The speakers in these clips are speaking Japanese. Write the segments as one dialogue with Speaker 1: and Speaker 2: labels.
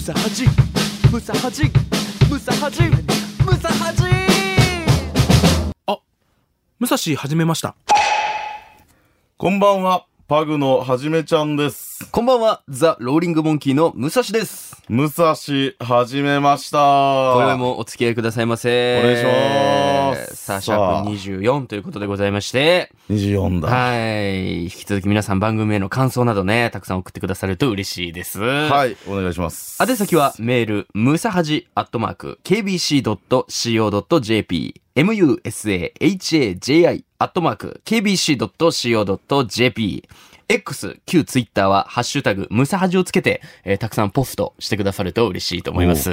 Speaker 1: サハジムサハジムサハジムサハジ
Speaker 2: 武蔵始めました。
Speaker 3: こんばんは、パグのはじめちゃんです。
Speaker 1: こんばんはザ・ローリング・モンキーの武蔵です
Speaker 3: 武蔵、はじめました。
Speaker 1: 今宵もお付き合いくださいませ
Speaker 3: お願いします
Speaker 1: さあシャープ24ということでございまして
Speaker 3: 24だ。
Speaker 1: はい引き続き皆さん番組への感想などねたくさん送ってくださると嬉しいですは
Speaker 3: は
Speaker 1: い
Speaker 3: い、お願いします。
Speaker 1: 宛先はメール、ムサハジアットマーク、kbc.co.jp、musahaji アットマーク、kbc.co.jp、X、旧 Twitter は、ハッシュタグ、ムサハジをつけて、えーたくさんポストしてくださると嬉しいと思います。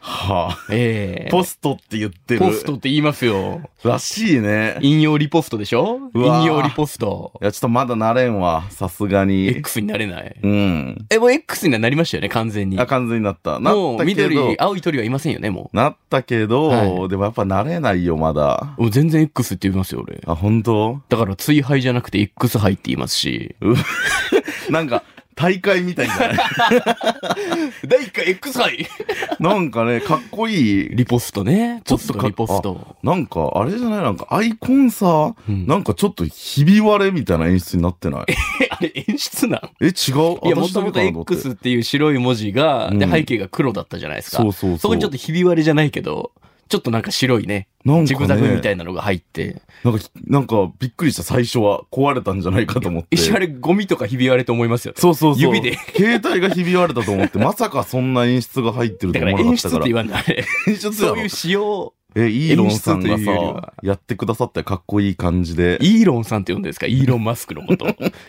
Speaker 3: は
Speaker 1: え
Speaker 3: あ、
Speaker 1: ー、
Speaker 3: ポストって言ってる。
Speaker 1: ポストって言いますよ。
Speaker 3: らしいね。い
Speaker 1: 引用リポストでしょ
Speaker 3: うわー
Speaker 1: 引用リポスト。
Speaker 3: や、ちょっとまだなれんわ。さすがに。
Speaker 1: X になれない。
Speaker 3: うん。
Speaker 1: え、もう X にはなりましたよね、完全に
Speaker 3: あ、。完全になった。な
Speaker 1: も
Speaker 3: っ
Speaker 1: う
Speaker 3: たけど
Speaker 1: 緑、。青い鳥はいませんよね、もう。
Speaker 3: なったけど、
Speaker 1: はい
Speaker 3: でもやっぱなれないよ、まだ。
Speaker 1: お全然 X って言いますよ、俺。
Speaker 3: あ、本当
Speaker 1: だから、追敗じゃなくて X 杯って言いますし。
Speaker 3: なんか、大会みたいじゃ ない
Speaker 1: 第1回 X 杯
Speaker 3: なんかね、かっこいい。
Speaker 1: リポストね。ちょっと
Speaker 3: か
Speaker 1: リポス
Speaker 3: あ
Speaker 1: ト。
Speaker 3: なんか、あれじゃないなんか、アイコンさ、
Speaker 1: うん
Speaker 3: なんかちょっとひび割れみたいな演出になってない
Speaker 1: え、あれ演出なん
Speaker 3: え、違う
Speaker 1: いや、も
Speaker 3: 私
Speaker 1: と
Speaker 3: だけ
Speaker 1: もと
Speaker 3: かな思って
Speaker 1: X っていう白い文字が、
Speaker 3: うん
Speaker 1: で、背景が黒だったじゃないですか。
Speaker 3: そうそうそう
Speaker 1: そこにちょっとひび割れじゃないけど、ちょっとなんか白いね、
Speaker 3: なん
Speaker 1: ジグザ
Speaker 3: か
Speaker 1: グみた
Speaker 3: ね、
Speaker 1: いなのが入って。
Speaker 3: なんかひ、なんかびっくりした最初は壊れたんじゃないかと思って。
Speaker 1: 一瞬あれゴミとかひび割れと思いますよね。
Speaker 3: そうそうそう。
Speaker 1: 指で。
Speaker 3: 携帯がひび割れたと思って、まさかそんな演出が入ってると
Speaker 1: だか
Speaker 3: 思
Speaker 1: ら
Speaker 3: わなかっ
Speaker 1: 演
Speaker 3: た
Speaker 1: 出
Speaker 3: か
Speaker 1: って
Speaker 3: ら。
Speaker 1: 言 わない。
Speaker 3: 演出
Speaker 1: そうい
Speaker 3: や
Speaker 1: う仕様。
Speaker 3: ろ。え、イーロンさんが
Speaker 1: 演出というより
Speaker 3: さ
Speaker 1: は、
Speaker 3: やってくださったかっこいい感じで。
Speaker 1: イーロンさんって呼んでるんですかイーロン・マスクの こと。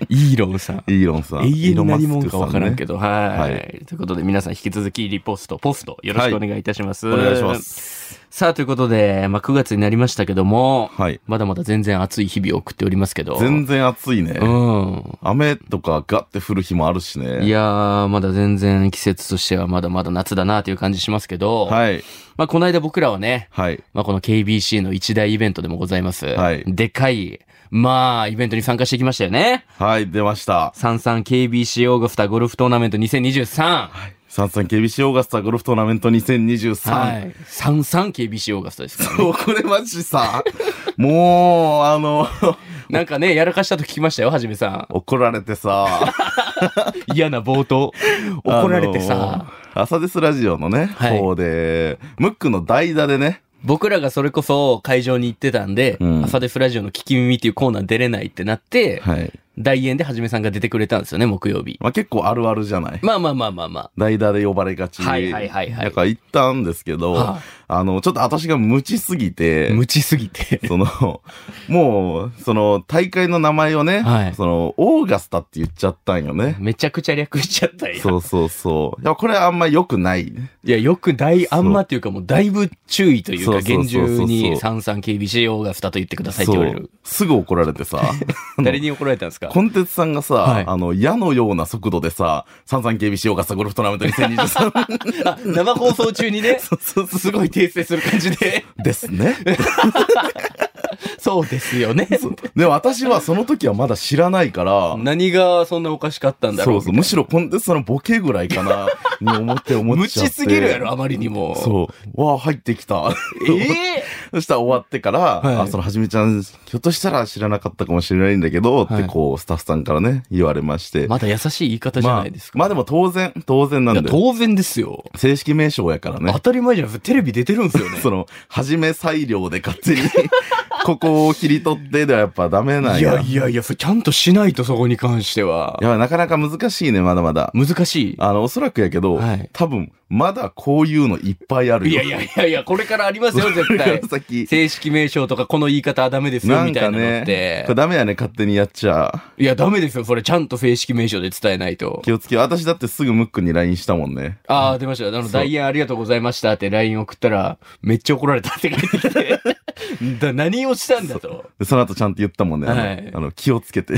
Speaker 1: イーロンさん。
Speaker 3: イーロンさん。
Speaker 1: 永遠に何者
Speaker 3: イーロンマ
Speaker 1: か分
Speaker 3: スク
Speaker 1: か
Speaker 3: さ
Speaker 1: らん
Speaker 3: ね
Speaker 1: けど、は
Speaker 3: は
Speaker 1: い、
Speaker 3: い
Speaker 1: ということで皆さん引き続きリポスト、ポストよろしくお願いいたします。
Speaker 3: お願いしま。す。
Speaker 1: さあ、ということで、まあ9月になりましたけども、
Speaker 3: はい。
Speaker 1: まだまだ全然暑い日々を送っておりますけど。
Speaker 3: 全然暑いね。
Speaker 1: うん。
Speaker 3: 雨とかガッて降る日もあるしね。
Speaker 1: いやー、まだ全然季節としてはまだまだ夏だなという感じしますけど、
Speaker 3: はい。
Speaker 1: まあこの間僕らはね、
Speaker 3: はい。
Speaker 1: まあこの KBC の一大イベントでもございます。
Speaker 3: はい
Speaker 1: でかい、まあイベントに参加してきましたよね。
Speaker 3: はい、出ました。
Speaker 1: 三三 KBC オーガフタゴルフトーナメント2023。
Speaker 3: 三三 KBC オーガスタゴルフトーナメント2023。
Speaker 1: はい。三三 KBC オーガスタで すからね、
Speaker 3: そう、これマジさ、もう、あの、
Speaker 1: なんかね、やらかしたと聞きましたよ、はじめさ
Speaker 3: 怒られてさ、
Speaker 1: ん。嫌な冒頭。 怒られてさ。
Speaker 3: あの朝ですラジオのね、
Speaker 1: はい
Speaker 3: 方で、ムックの代打でね、
Speaker 1: 僕らがそれこそ会場に行ってたんで、
Speaker 3: うん
Speaker 1: 朝デフラジオの聞き耳っていうコーナー出れないってなって、
Speaker 3: はい。
Speaker 1: 大演ではじめさんが出てくれたんですよね、木曜日。
Speaker 3: まあ結構あるあるじゃない。
Speaker 1: まあまあまあまあまあ。
Speaker 3: 代打で呼ばれがち。
Speaker 1: はいはいはいはい
Speaker 3: だから行ったんですけど、
Speaker 1: は
Speaker 3: あの、ちょっと私が無知すぎて、
Speaker 1: 無知すぎて。
Speaker 3: その、もう、その、大会の名前をね、
Speaker 1: はい
Speaker 3: その、オーガスタって言っちゃったんよね。
Speaker 1: めちゃくちゃ略しちゃったよ。
Speaker 3: そうそうそう。いや、これあんま良くない。
Speaker 1: いや、よく大、あんまっていうかもうだいぶ注意という
Speaker 3: そ
Speaker 1: か、
Speaker 3: うそう
Speaker 1: 厳
Speaker 3: そうそう
Speaker 1: 重に三三 KBC オーガスタと言ってくださいって言われる。
Speaker 3: すぐ怒られて さ、
Speaker 1: 誰に怒られたんですか
Speaker 3: コンテンツさんがさ、
Speaker 1: はい
Speaker 3: あの、矢のような速度でさ、33KBC オーガスタゴルフトーナメント2023
Speaker 1: あ、生放送中 にね、すごい訂正する感じ で。
Speaker 3: ですね。
Speaker 1: そうですよね。
Speaker 3: で、私はその時はまだ知らないから、
Speaker 1: 何がそんなおかしかったんだろ
Speaker 3: そううそう、むしろコンテンツさんのボケぐらいか な、に思って思っ
Speaker 1: 無
Speaker 3: ちゃって。
Speaker 1: 知すぎるやろ、あまりにも。
Speaker 3: そう。わあ、入ってきた。
Speaker 1: ええ
Speaker 3: そしたら終わってから、
Speaker 1: い
Speaker 3: あそのはじめちゃん、ひょっとしたら知らなかったかもしれないんだけど、
Speaker 1: はい
Speaker 3: ってこう、スタッフさんからね、言われまして。
Speaker 1: まだ優しい言い方じゃないですか。
Speaker 3: まあ、まあでも当然、当然なん
Speaker 1: い
Speaker 3: だ
Speaker 1: や
Speaker 3: よ。
Speaker 1: 当然ですよ。
Speaker 3: 正式名称やからね
Speaker 1: 当。たり前じゃなくて、テレビ出てるんですよね。
Speaker 3: その、はじめ裁量で勝手に、 ここを切り取ってではやっぱダメなん
Speaker 1: い
Speaker 3: や。
Speaker 1: やいやいや、それちゃんとしないと、そこに関しては。
Speaker 3: やばいなかなか難しいね、まだまだ。
Speaker 1: 難し
Speaker 3: あの、おそらくやけど、
Speaker 1: はい
Speaker 3: 多分、まだこういうのいっぱいある
Speaker 1: い。
Speaker 3: よ。
Speaker 1: いやいやいやいや、これからありますよ、
Speaker 3: こ
Speaker 1: 絶
Speaker 3: れから
Speaker 1: 対。
Speaker 3: 先。
Speaker 1: 正式名称とか、この言い方はダメですよ、
Speaker 3: な
Speaker 1: み
Speaker 3: ん
Speaker 1: たい
Speaker 3: か
Speaker 1: なのっ
Speaker 3: ね、
Speaker 1: て
Speaker 3: これ。ダメやね、勝手にやっちゃ。
Speaker 1: いや、ダメですよ、それ。ちゃんと正式名称で伝えないと。
Speaker 3: 気をつけよう。私だってすぐムックに LINE したもんね。
Speaker 1: ああ、出ました。あの、ダイヤありがとうございましたって LINE 送ったら、めっちゃ怒られたって書いてきて、 だ何をしたんだと。
Speaker 3: でその後ちゃんと言ったもんね。あの、
Speaker 1: はい
Speaker 3: あの気をつけて。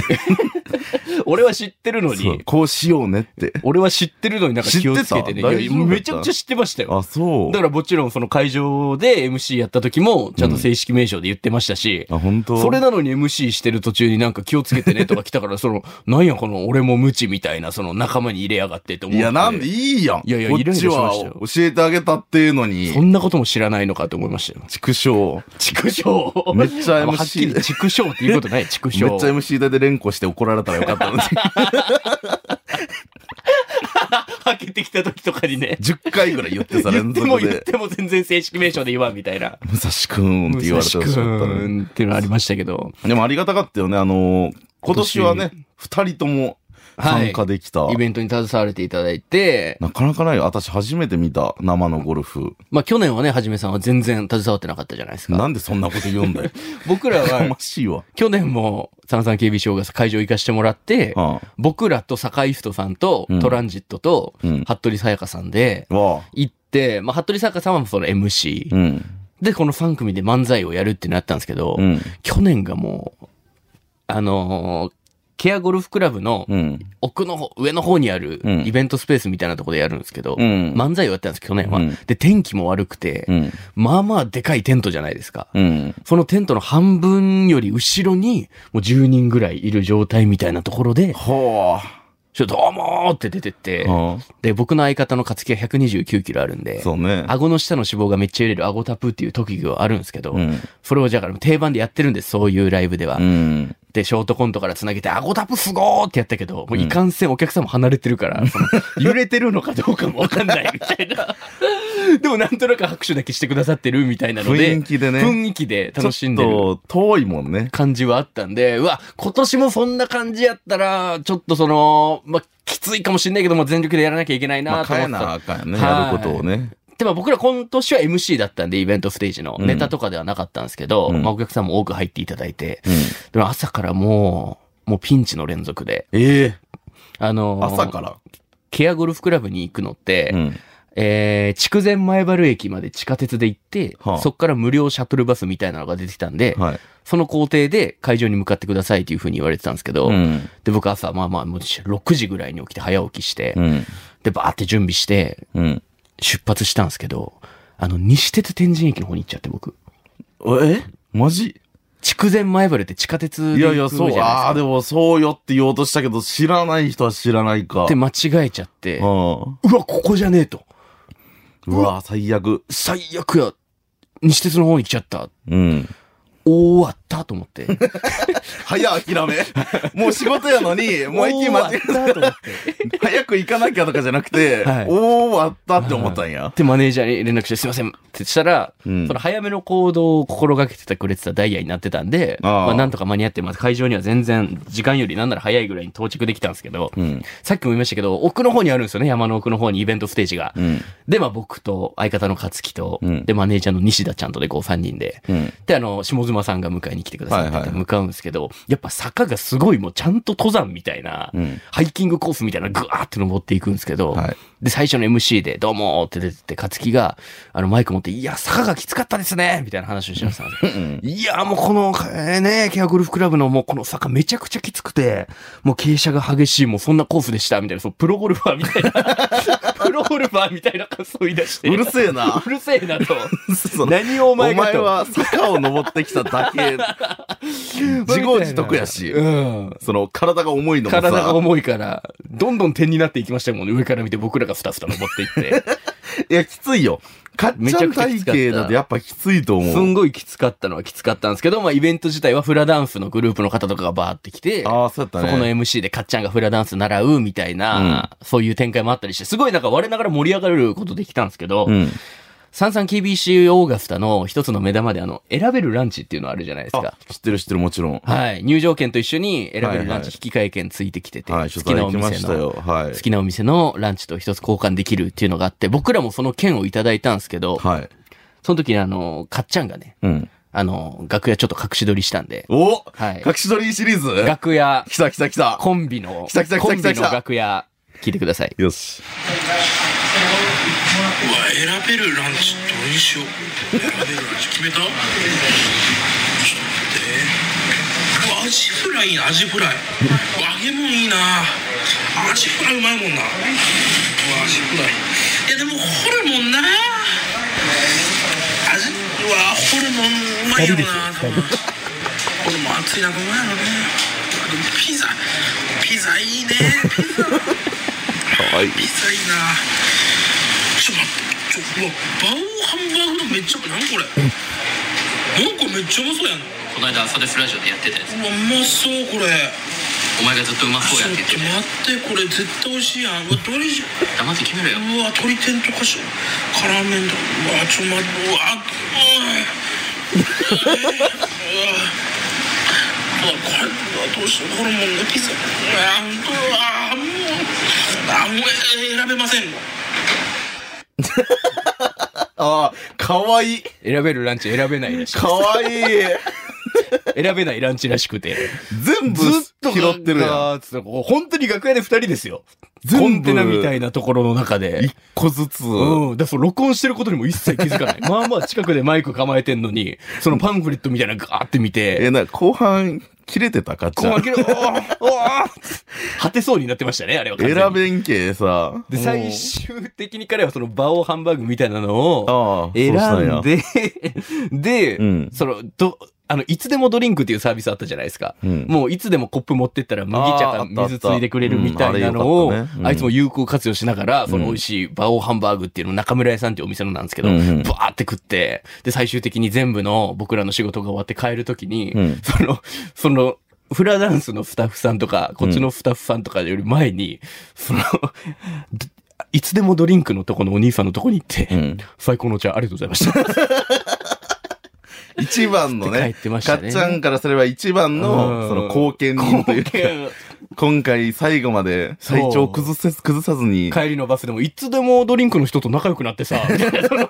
Speaker 1: 俺は知ってるの
Speaker 3: そう
Speaker 1: に、
Speaker 3: こうしようねって。
Speaker 1: 俺は知ってるのになんか気をつけ
Speaker 3: 知って
Speaker 1: てね。
Speaker 3: た
Speaker 1: いや
Speaker 3: 大丈夫
Speaker 1: めっちゃくちゃ知ってましたよ。
Speaker 3: あ、そう
Speaker 1: だ。からもちろんその会場で MC やった時も、ちゃんと正式名称で言ってましたし、
Speaker 3: あ、本当
Speaker 1: それなのに MC してる途中になんか気をつけてねとか来 たから、その、なんやこの俺も無知みたいな、その仲間に入れやがってと思っ
Speaker 3: い
Speaker 1: て。
Speaker 3: や、なんでいいやん。
Speaker 1: いやいや
Speaker 3: こ
Speaker 1: イラ
Speaker 3: っ
Speaker 1: イラし
Speaker 3: ち
Speaker 1: ました
Speaker 3: は
Speaker 1: よ
Speaker 3: 教えてあげたっていうのに
Speaker 1: そ、んなことも知らないのかと思いましたよ。
Speaker 3: 畜生。
Speaker 1: 畜生
Speaker 3: めっちゃ MC
Speaker 1: はっきり畜生っていうことない、畜生。
Speaker 3: めっちゃ MC 台で連呼して怒られたらよか ったのに。
Speaker 1: はけてきた時とかにね。
Speaker 3: 10回ぐらい言ってさ、
Speaker 1: 言
Speaker 3: 連
Speaker 1: っても
Speaker 3: 続
Speaker 1: 言っ
Speaker 3: で。
Speaker 1: ても全然正式名称で言わんみたいな。
Speaker 3: 武蔵くんって言われてほしかったね。
Speaker 1: っていうのありましたけど。
Speaker 3: でもありがたかったよね。あのー今年はね、二人とも参加できた。
Speaker 1: イベントに携われていただいて、
Speaker 3: なかなかないよ。私初めて見た生のゴルフ。
Speaker 1: まあ去年はね、はじめさんは全然携わってなかったじゃないですか。
Speaker 3: なんでそんなこと言うんだよ。
Speaker 1: 僕ら
Speaker 3: や
Speaker 1: は
Speaker 3: ま、しいわ。
Speaker 1: 去年も、さんさん警備賞が会場行かしてもらって、
Speaker 3: あ
Speaker 1: 僕らと坂井人さんと
Speaker 3: うん、
Speaker 1: トランジットと、
Speaker 3: うん
Speaker 1: 服部さやかさんで、
Speaker 3: あ。わあ。
Speaker 1: 行って、まあ、服部さやかさんはその MC、
Speaker 3: うん。
Speaker 1: で、この3組で漫才をやるってなったんですけど、
Speaker 3: うん。
Speaker 1: 去年がもう、あのーケアゴルフクラブの
Speaker 3: うん。
Speaker 1: 奥の方、上の方にある
Speaker 3: うん
Speaker 1: イベントスペースみたいなところでやるんですけど、
Speaker 3: うん
Speaker 1: 漫才をやったんです、去年は。
Speaker 3: うん
Speaker 1: で、天気も悪くて、
Speaker 3: うん。
Speaker 1: まあまあでかいテントじゃないですか。
Speaker 3: うん。
Speaker 1: そのテントの半分より後ろに、もう10人ぐらいいる状態みたいなところで、
Speaker 3: は
Speaker 1: ちょっとどうもーって出てって
Speaker 3: あ。、あ
Speaker 1: で、僕の相方の勝木が129キロあるん
Speaker 3: あ。
Speaker 1: で、
Speaker 3: そうね。
Speaker 1: 顎の下の脂肪がめっちゃ揺れる顎タプっていう特技があるんですけど、
Speaker 3: うん。
Speaker 1: それをじゃあから定番でやってるんです、そういうライブでは。
Speaker 3: うん。
Speaker 1: で、ショートコントから繋げて、アゴタプすごーってやったけど、もういかんせんお客さんも離れてるから、その揺れてるのかどうかもわかんないみたいな。 でもなんとなく拍手だけしてくださってるみたいなので、
Speaker 3: 雰囲気でね
Speaker 1: 雰囲気で楽しんで
Speaker 3: ち
Speaker 1: る
Speaker 3: ょっと遠いもんね。
Speaker 1: 感じはあったんで、うわ、今年もそんな感じやったら、ちょっとその、まあ、きついかもしんないけども、全力でやらなきゃいけない
Speaker 3: まあ、
Speaker 1: なと
Speaker 3: 変
Speaker 1: 思っ
Speaker 3: え
Speaker 1: てた。
Speaker 3: なあかんよね。
Speaker 1: は
Speaker 3: や
Speaker 1: い
Speaker 3: ることをね。
Speaker 1: でも僕ら今年は MC だったんで、イベントステージの、
Speaker 3: うん
Speaker 1: ネタとかではなかったんですけど、
Speaker 3: うん
Speaker 1: まあ、お客さんも多く入っていただいて、
Speaker 3: うん。
Speaker 1: でも朝からもう、もうピンチの連続で、
Speaker 3: ええ。
Speaker 1: あのー
Speaker 3: 朝から。
Speaker 1: ケアゴルフクラブに行くのって、
Speaker 3: うん。
Speaker 1: えー、筑前前原駅まで地下鉄で行って、
Speaker 3: はあ
Speaker 1: そっから無料シャトルバスみたいなのが出てきたんで、
Speaker 3: はい。
Speaker 1: その工程で会場に向かってくださいというふうに言われてたんですけど、
Speaker 3: うん。
Speaker 1: で、僕朝、まあまあ、もう6時ぐらいに起きて早起きして、
Speaker 3: うん。
Speaker 1: で、バーって準備して、
Speaker 3: うん。
Speaker 1: 出発したんですけど、あの、西鉄天神駅の方に行っちゃって僕。
Speaker 3: えマジ
Speaker 1: 筑前前原って地下鉄
Speaker 3: い
Speaker 1: で行
Speaker 3: や
Speaker 1: く
Speaker 3: い
Speaker 1: じゃ
Speaker 3: や、
Speaker 1: ないですか。
Speaker 3: そう、ああー、でもそうよって言おうとしたけど、知らない人は知らないか。
Speaker 1: って間違えちゃって、う
Speaker 3: うん
Speaker 1: わ、ここじゃねえと。
Speaker 3: うわ、最悪。
Speaker 1: 最悪や。西鉄の方に来ちゃった。
Speaker 3: うん。
Speaker 1: 終わったと思って。
Speaker 3: 早諦 め。もう仕事やのに、もう駅間違え
Speaker 1: 終わったと思って。
Speaker 3: た。早く行かなきゃとかじゃなくて、
Speaker 1: はい
Speaker 3: 終わったって思ったんや。
Speaker 1: で、マネージャーに連絡して、すいませんってしたら、
Speaker 3: うん
Speaker 1: その早めの行動を心がけてたくれてたダイヤになってたんで、
Speaker 3: ああ
Speaker 1: まあ、なんとか間に合って、まあ、会場には全然、時間よりなんなら早いぐらいに到着できたんですけど、
Speaker 3: うん。
Speaker 1: さっきも言いましたけど、奥の方にあるんですよね、山の奥の方にイベントステージが。
Speaker 3: うん。
Speaker 1: で、まあ、僕と、相方の勝木と、
Speaker 3: うん
Speaker 1: で、マネージャーの西田ちゃんとで、こう、3人で。
Speaker 3: うん。
Speaker 1: で、あの、下妻さんが迎えに来てくださってて
Speaker 3: はいはい
Speaker 1: 向かうんですけど、やっぱ坂がすごいもうちゃんと登山みたいな、
Speaker 3: うん
Speaker 1: ハイキングコースみたいなのぐわーって登っていくんですけど、
Speaker 3: はい
Speaker 1: で、最初の MC で、どうもーって出てって、勝木が、あの、マイク持って、いや、坂がきつかったですねみたいな話をしてましたんですよ。
Speaker 3: うん。
Speaker 1: いやーもうこの、えーね、ケアゴルフクラブのもうこの坂めちゃくちゃきつくて、もう傾斜が激しい、もうそんなコースでした、みたいな、そう、プロゴルファー みたいな、プロゴルファーみたいな感想を言い出して、
Speaker 3: うるせえな
Speaker 1: う。るせえなと。
Speaker 3: その
Speaker 1: 何をお
Speaker 3: お前
Speaker 1: 前がと。
Speaker 3: は坂を登ってきただ け。自業自得やし。
Speaker 1: うん。
Speaker 3: その、体が重いのもさ。
Speaker 1: 体が重いから、どんどん点になっていきましたもんね。上から見て僕らがふたふた登って いって。
Speaker 3: いや、きついよ。かっ
Speaker 1: め
Speaker 3: ち
Speaker 1: ち
Speaker 3: ゃ
Speaker 1: ゃ
Speaker 3: ん
Speaker 1: くちゃ
Speaker 3: 体
Speaker 1: きつかった
Speaker 3: 型だとやっぱきついと
Speaker 1: す
Speaker 3: 思
Speaker 1: ん
Speaker 3: う。
Speaker 1: ごいきつかったのはきつかったんですけど、まあイベント自体はフラダンスのグループの方とかがバーって来て、
Speaker 3: ああ、そうや
Speaker 1: そ
Speaker 3: ったね。
Speaker 1: この MC でかっちゃんがフラダンス習うみたいな、そういう展開もあったりして、すごいなんか我ながら盛り上がることできたんですけど、
Speaker 3: うん。
Speaker 1: サンサン KBC オーガスタの一つの目玉であの、選べるランチっていうのあるじゃないです
Speaker 3: あ。、
Speaker 1: か
Speaker 3: 知ってる知ってる、もちろん。
Speaker 1: はい。入場券と一緒に選べる
Speaker 3: は
Speaker 1: ラ
Speaker 3: い
Speaker 1: ン
Speaker 3: はい
Speaker 1: チ引換券ついてきてて、
Speaker 3: はい、取材行きましたよ。はい
Speaker 1: 好。きなお店のランチと一つ交換できるっていうのがあって、僕らもその券をいただいたんですけど、
Speaker 3: はい。
Speaker 1: その時にあの、かっちゃんがね、
Speaker 3: うん。
Speaker 1: あの、楽屋ちょっと隠し撮りしたんで、
Speaker 3: お
Speaker 1: はい
Speaker 3: 隠し撮りシリーズ
Speaker 1: 楽屋、
Speaker 3: 来た来た来た。
Speaker 1: コンビの、
Speaker 3: 来た来た来
Speaker 1: コ
Speaker 3: た
Speaker 1: ン
Speaker 3: 来た
Speaker 1: ビ
Speaker 3: 来た
Speaker 1: の楽屋、聞いてください。
Speaker 3: よし。
Speaker 4: うわ選べるランチどれにしよう選べるランチ決めたちょっと待ってうわアジフラいいなアジフライ揚げ物いいなアジフライうまいもんなうわアジフライいやでもな味うわホルモンうまいよな多分ホルモン熱いなうまいよねあでもピザピザいいねピザ
Speaker 3: かわいい。
Speaker 4: ピザいいなちょっと待ってちょうわバオハンバーグ丼めっちゃ何これなんかめっちゃうまそうやんう
Speaker 5: この間朝ですラジオでやってたやつ
Speaker 4: わうまそうこれ
Speaker 5: お前がずっとうま
Speaker 4: ち
Speaker 5: そうや
Speaker 4: ょっ
Speaker 5: って言って
Speaker 4: と
Speaker 5: て
Speaker 4: 待ってこれ絶対美味しいやんうわどれじゃ
Speaker 5: 黙って決めろよ
Speaker 4: うわ鶏天とかし辛麺だうわちょっと待ってうわうんうわうわこれうわどうしようホルモンのピザうわうわもうあもう選べません
Speaker 3: ああ、かわいい。
Speaker 1: 選べるランチ選べないらしい。
Speaker 3: かわいい。
Speaker 1: 選べないランチらしく て。
Speaker 3: 全部
Speaker 1: ずっと
Speaker 3: 拾ってるやん。
Speaker 1: ん。本当に楽屋で二人ですよ。
Speaker 3: 全部
Speaker 1: コンテナみたいなところの中で。
Speaker 3: 一個ずつ。
Speaker 1: うん。だからその録音してることにも一切気 づかない。まあまあ近くでマイク構えてんのに、そのパンフレットみたいなのガーって見
Speaker 3: え、
Speaker 1: て、
Speaker 3: な、後半、切れてたかっち
Speaker 1: こ
Speaker 3: ゃ
Speaker 1: う開
Speaker 3: ん。
Speaker 1: ける、おーおー果てそうになってましたね、あれは完全に。
Speaker 3: 選べんけさ。
Speaker 1: で、最終的に彼はその場をハンバーグみたいなのを、
Speaker 3: ああ、
Speaker 1: 選
Speaker 3: そうしたや
Speaker 1: ん。で、 で、
Speaker 3: うん
Speaker 1: その、ど、あの、いつでもドリンクっていうサービスあったじゃないですか。
Speaker 3: うん
Speaker 1: もういつでもコップ持ってったら麦茶
Speaker 3: あーあ
Speaker 1: か
Speaker 3: った
Speaker 1: 水ついでくれるみたいなのを、
Speaker 3: あったう
Speaker 1: あ
Speaker 3: んあれよかったねうん
Speaker 1: いつも有効活用しながら、その
Speaker 3: うん
Speaker 1: 美味しいバオハンバーグっていうの中村屋さんっていうお店のなんですけど、
Speaker 3: うん
Speaker 1: バ
Speaker 3: うん
Speaker 1: ーって食って、で、最終的に全部の僕らの仕事が終わって帰るときに、
Speaker 3: うん
Speaker 1: その、その、フラダンスのスタッフさんとか、こっちのスタッフさんとかより前に、その、 どいつでもドリンクのとこのお兄さんのとこに行って、
Speaker 3: うん
Speaker 1: 最高のお茶ありがとうございました。
Speaker 3: 一番の
Speaker 1: って
Speaker 3: ね
Speaker 1: 帰ってまし
Speaker 3: か
Speaker 1: た
Speaker 3: っ
Speaker 1: ね
Speaker 3: ちゃんからすれば一番
Speaker 1: うん
Speaker 3: の、その貢献人というか、今回最後まで体調崩せず、崩さずに、
Speaker 1: 帰りのバスでもいつでもドリンクの人と仲良くなってさ、 みたいなその、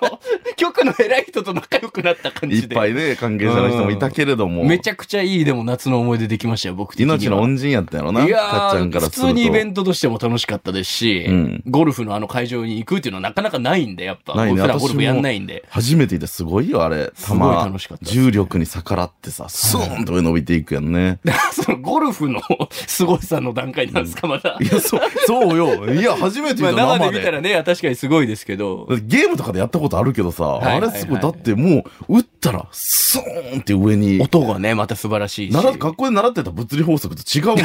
Speaker 1: 局の偉い人と仲良くなった感
Speaker 3: いっ
Speaker 1: じで。
Speaker 3: ぱいね、関係者の人もいたけれども、
Speaker 1: めちゃくちゃいい、でも夏の思い出できましたよ、僕的には
Speaker 3: 命の恩人やったやろな、
Speaker 1: いや
Speaker 3: かっちゃん
Speaker 1: ー
Speaker 3: から
Speaker 1: 普
Speaker 3: すると。
Speaker 1: 通にイベントとしても楽しかったですし、
Speaker 3: うん
Speaker 1: ゴルフのあの会場に行くっていうのはなかなかないんで、やっぱ。
Speaker 3: ないね
Speaker 1: 僕普
Speaker 3: 私
Speaker 1: 段
Speaker 3: も
Speaker 1: ゴルフやんないんで。
Speaker 3: 初めてですごいよ、あれ。
Speaker 1: すごい楽しかったです
Speaker 3: 重力に逆らってさ、スーンと上伸びていくやんね。
Speaker 1: だからそのゴルフの 凄さの段階なんですか、まだ。
Speaker 3: いや、そう、そうよ。いや、初めて
Speaker 1: ま
Speaker 3: 見た
Speaker 1: あ
Speaker 3: 生で。
Speaker 1: 生で見たらね、確かにすごいですけど。
Speaker 3: ゲームとかでやったことあるけどさ、
Speaker 1: はい
Speaker 3: あれすごい。
Speaker 1: はいは
Speaker 3: だ
Speaker 1: い
Speaker 3: ってもう、打ったら、スーンって上に。
Speaker 1: 音がね、また素晴らしいし。
Speaker 3: 習っ学校で習ってた物理法則と違うんだ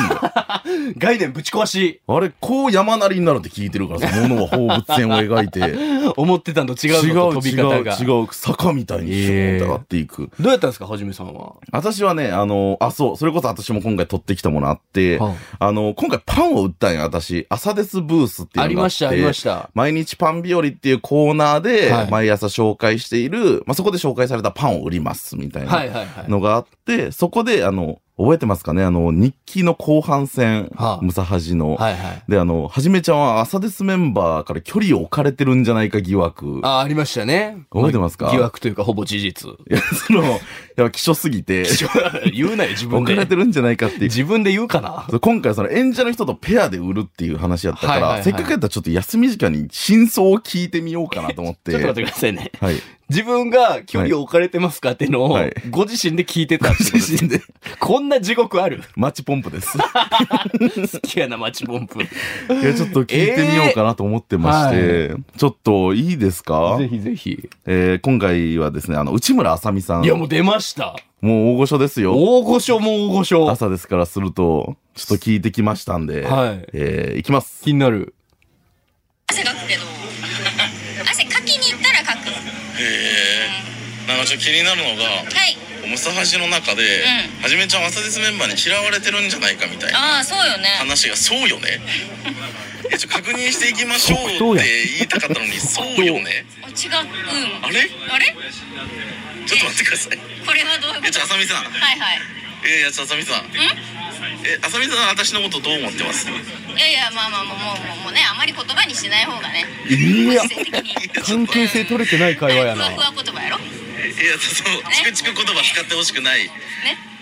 Speaker 3: よ。
Speaker 1: 概念ぶち壊し。
Speaker 3: あれ、こう山なりになるって聞いてるからさ、 物は放物線を描いて、
Speaker 1: 思ってたんと違う
Speaker 3: 違
Speaker 1: の
Speaker 3: う
Speaker 1: と飛び
Speaker 3: 違
Speaker 1: 方
Speaker 3: う
Speaker 1: が。
Speaker 3: 違う、坂みたいにシューンって上がっていく。
Speaker 1: どうやったんですか、はじめさんは。
Speaker 3: 私はね、あの、あ、そう、それこそ私も今回取ってきたものあって、あの、今回パンを売ったんや、私。朝ですブースっていうのがあって。
Speaker 1: ありました、ありました。
Speaker 3: 毎日パン日和っていうコーナーで
Speaker 1: はい、
Speaker 3: 毎朝紹介している、まあ、そこで紹介されたパンを売ります、みたい
Speaker 1: は
Speaker 3: ない
Speaker 1: はいはい。
Speaker 3: のがあって、そこで、あの、覚えてますかねあの、日記の後半戦、
Speaker 1: はあ
Speaker 3: ムサハジの。
Speaker 1: はいはい。
Speaker 3: で、あの、はじめちゃんは朝ですメンバーから距離を置かれてるんじゃないか疑惑。
Speaker 1: あ、ありましたね。
Speaker 3: 覚えてますか
Speaker 1: 疑惑というか、ほぼ事実。
Speaker 3: いや、その、いや、希少すぎて、
Speaker 1: 言うなよ、自分
Speaker 3: 置かれ
Speaker 1: で。
Speaker 3: てるんじゃないかっていう。
Speaker 1: 自分で言うかな。
Speaker 3: そう今回その演者の人とペアで売るっていう話やったから、
Speaker 1: はいはいはい
Speaker 3: せっかくやったらちょっと休み時間に真相を聞いてみようかなと思って。
Speaker 1: ちょっと待ってくださいね。
Speaker 3: はい。
Speaker 1: 自分が距離を置かれてますかっていうのを
Speaker 3: はい、
Speaker 1: ご自身で聞いてたってことです
Speaker 3: 自身で、
Speaker 1: こんな地獄ある
Speaker 3: マッチポンプです。
Speaker 1: 好きやな、マチポンプ。
Speaker 3: いや、ちょっと聞いてみようかなと思ってまして、ちょっといいですか
Speaker 1: ぜひぜひ。
Speaker 3: えー今回はですね、あの、内村あさみさん。
Speaker 1: いや、もう出ました。
Speaker 3: もう大御所ですよ。
Speaker 1: 大御所も大御所。は
Speaker 3: 朝ですからすると、ちょっと聞いてきましたんで、
Speaker 1: い。
Speaker 3: えーいきます。
Speaker 1: 気になる。
Speaker 6: 汗かくけど 汗かきに行ったらかくは
Speaker 7: へえなんかちょっと気になるのが
Speaker 6: い
Speaker 7: ムサハジの中で、はじめちゃん朝ですメンバーに嫌われてるんじゃないかみたいな
Speaker 6: ああそうよね
Speaker 7: 話がそうよねえちょっと確認していきましょ
Speaker 1: 即答
Speaker 7: うっ
Speaker 1: やん
Speaker 7: て言いたかったのにそうよね
Speaker 6: あ違ううん
Speaker 7: あれ
Speaker 6: あれ
Speaker 7: ちょっと待ってください
Speaker 6: これはどういう
Speaker 7: え
Speaker 6: こ
Speaker 7: ち
Speaker 6: と
Speaker 7: ょあさみさん
Speaker 6: はいはい
Speaker 7: えー、ちょあさみさんえあさみさん私のことどう思ってます
Speaker 6: いやいやまあまあもうもうもうもうねあまり言葉にしない方がね
Speaker 1: いや
Speaker 6: 自然的に
Speaker 1: 関係性取れてない会話やな。
Speaker 6: ふわふわ言葉やろ
Speaker 7: えいやそのチクチク言葉使ってほしくない
Speaker 6: ね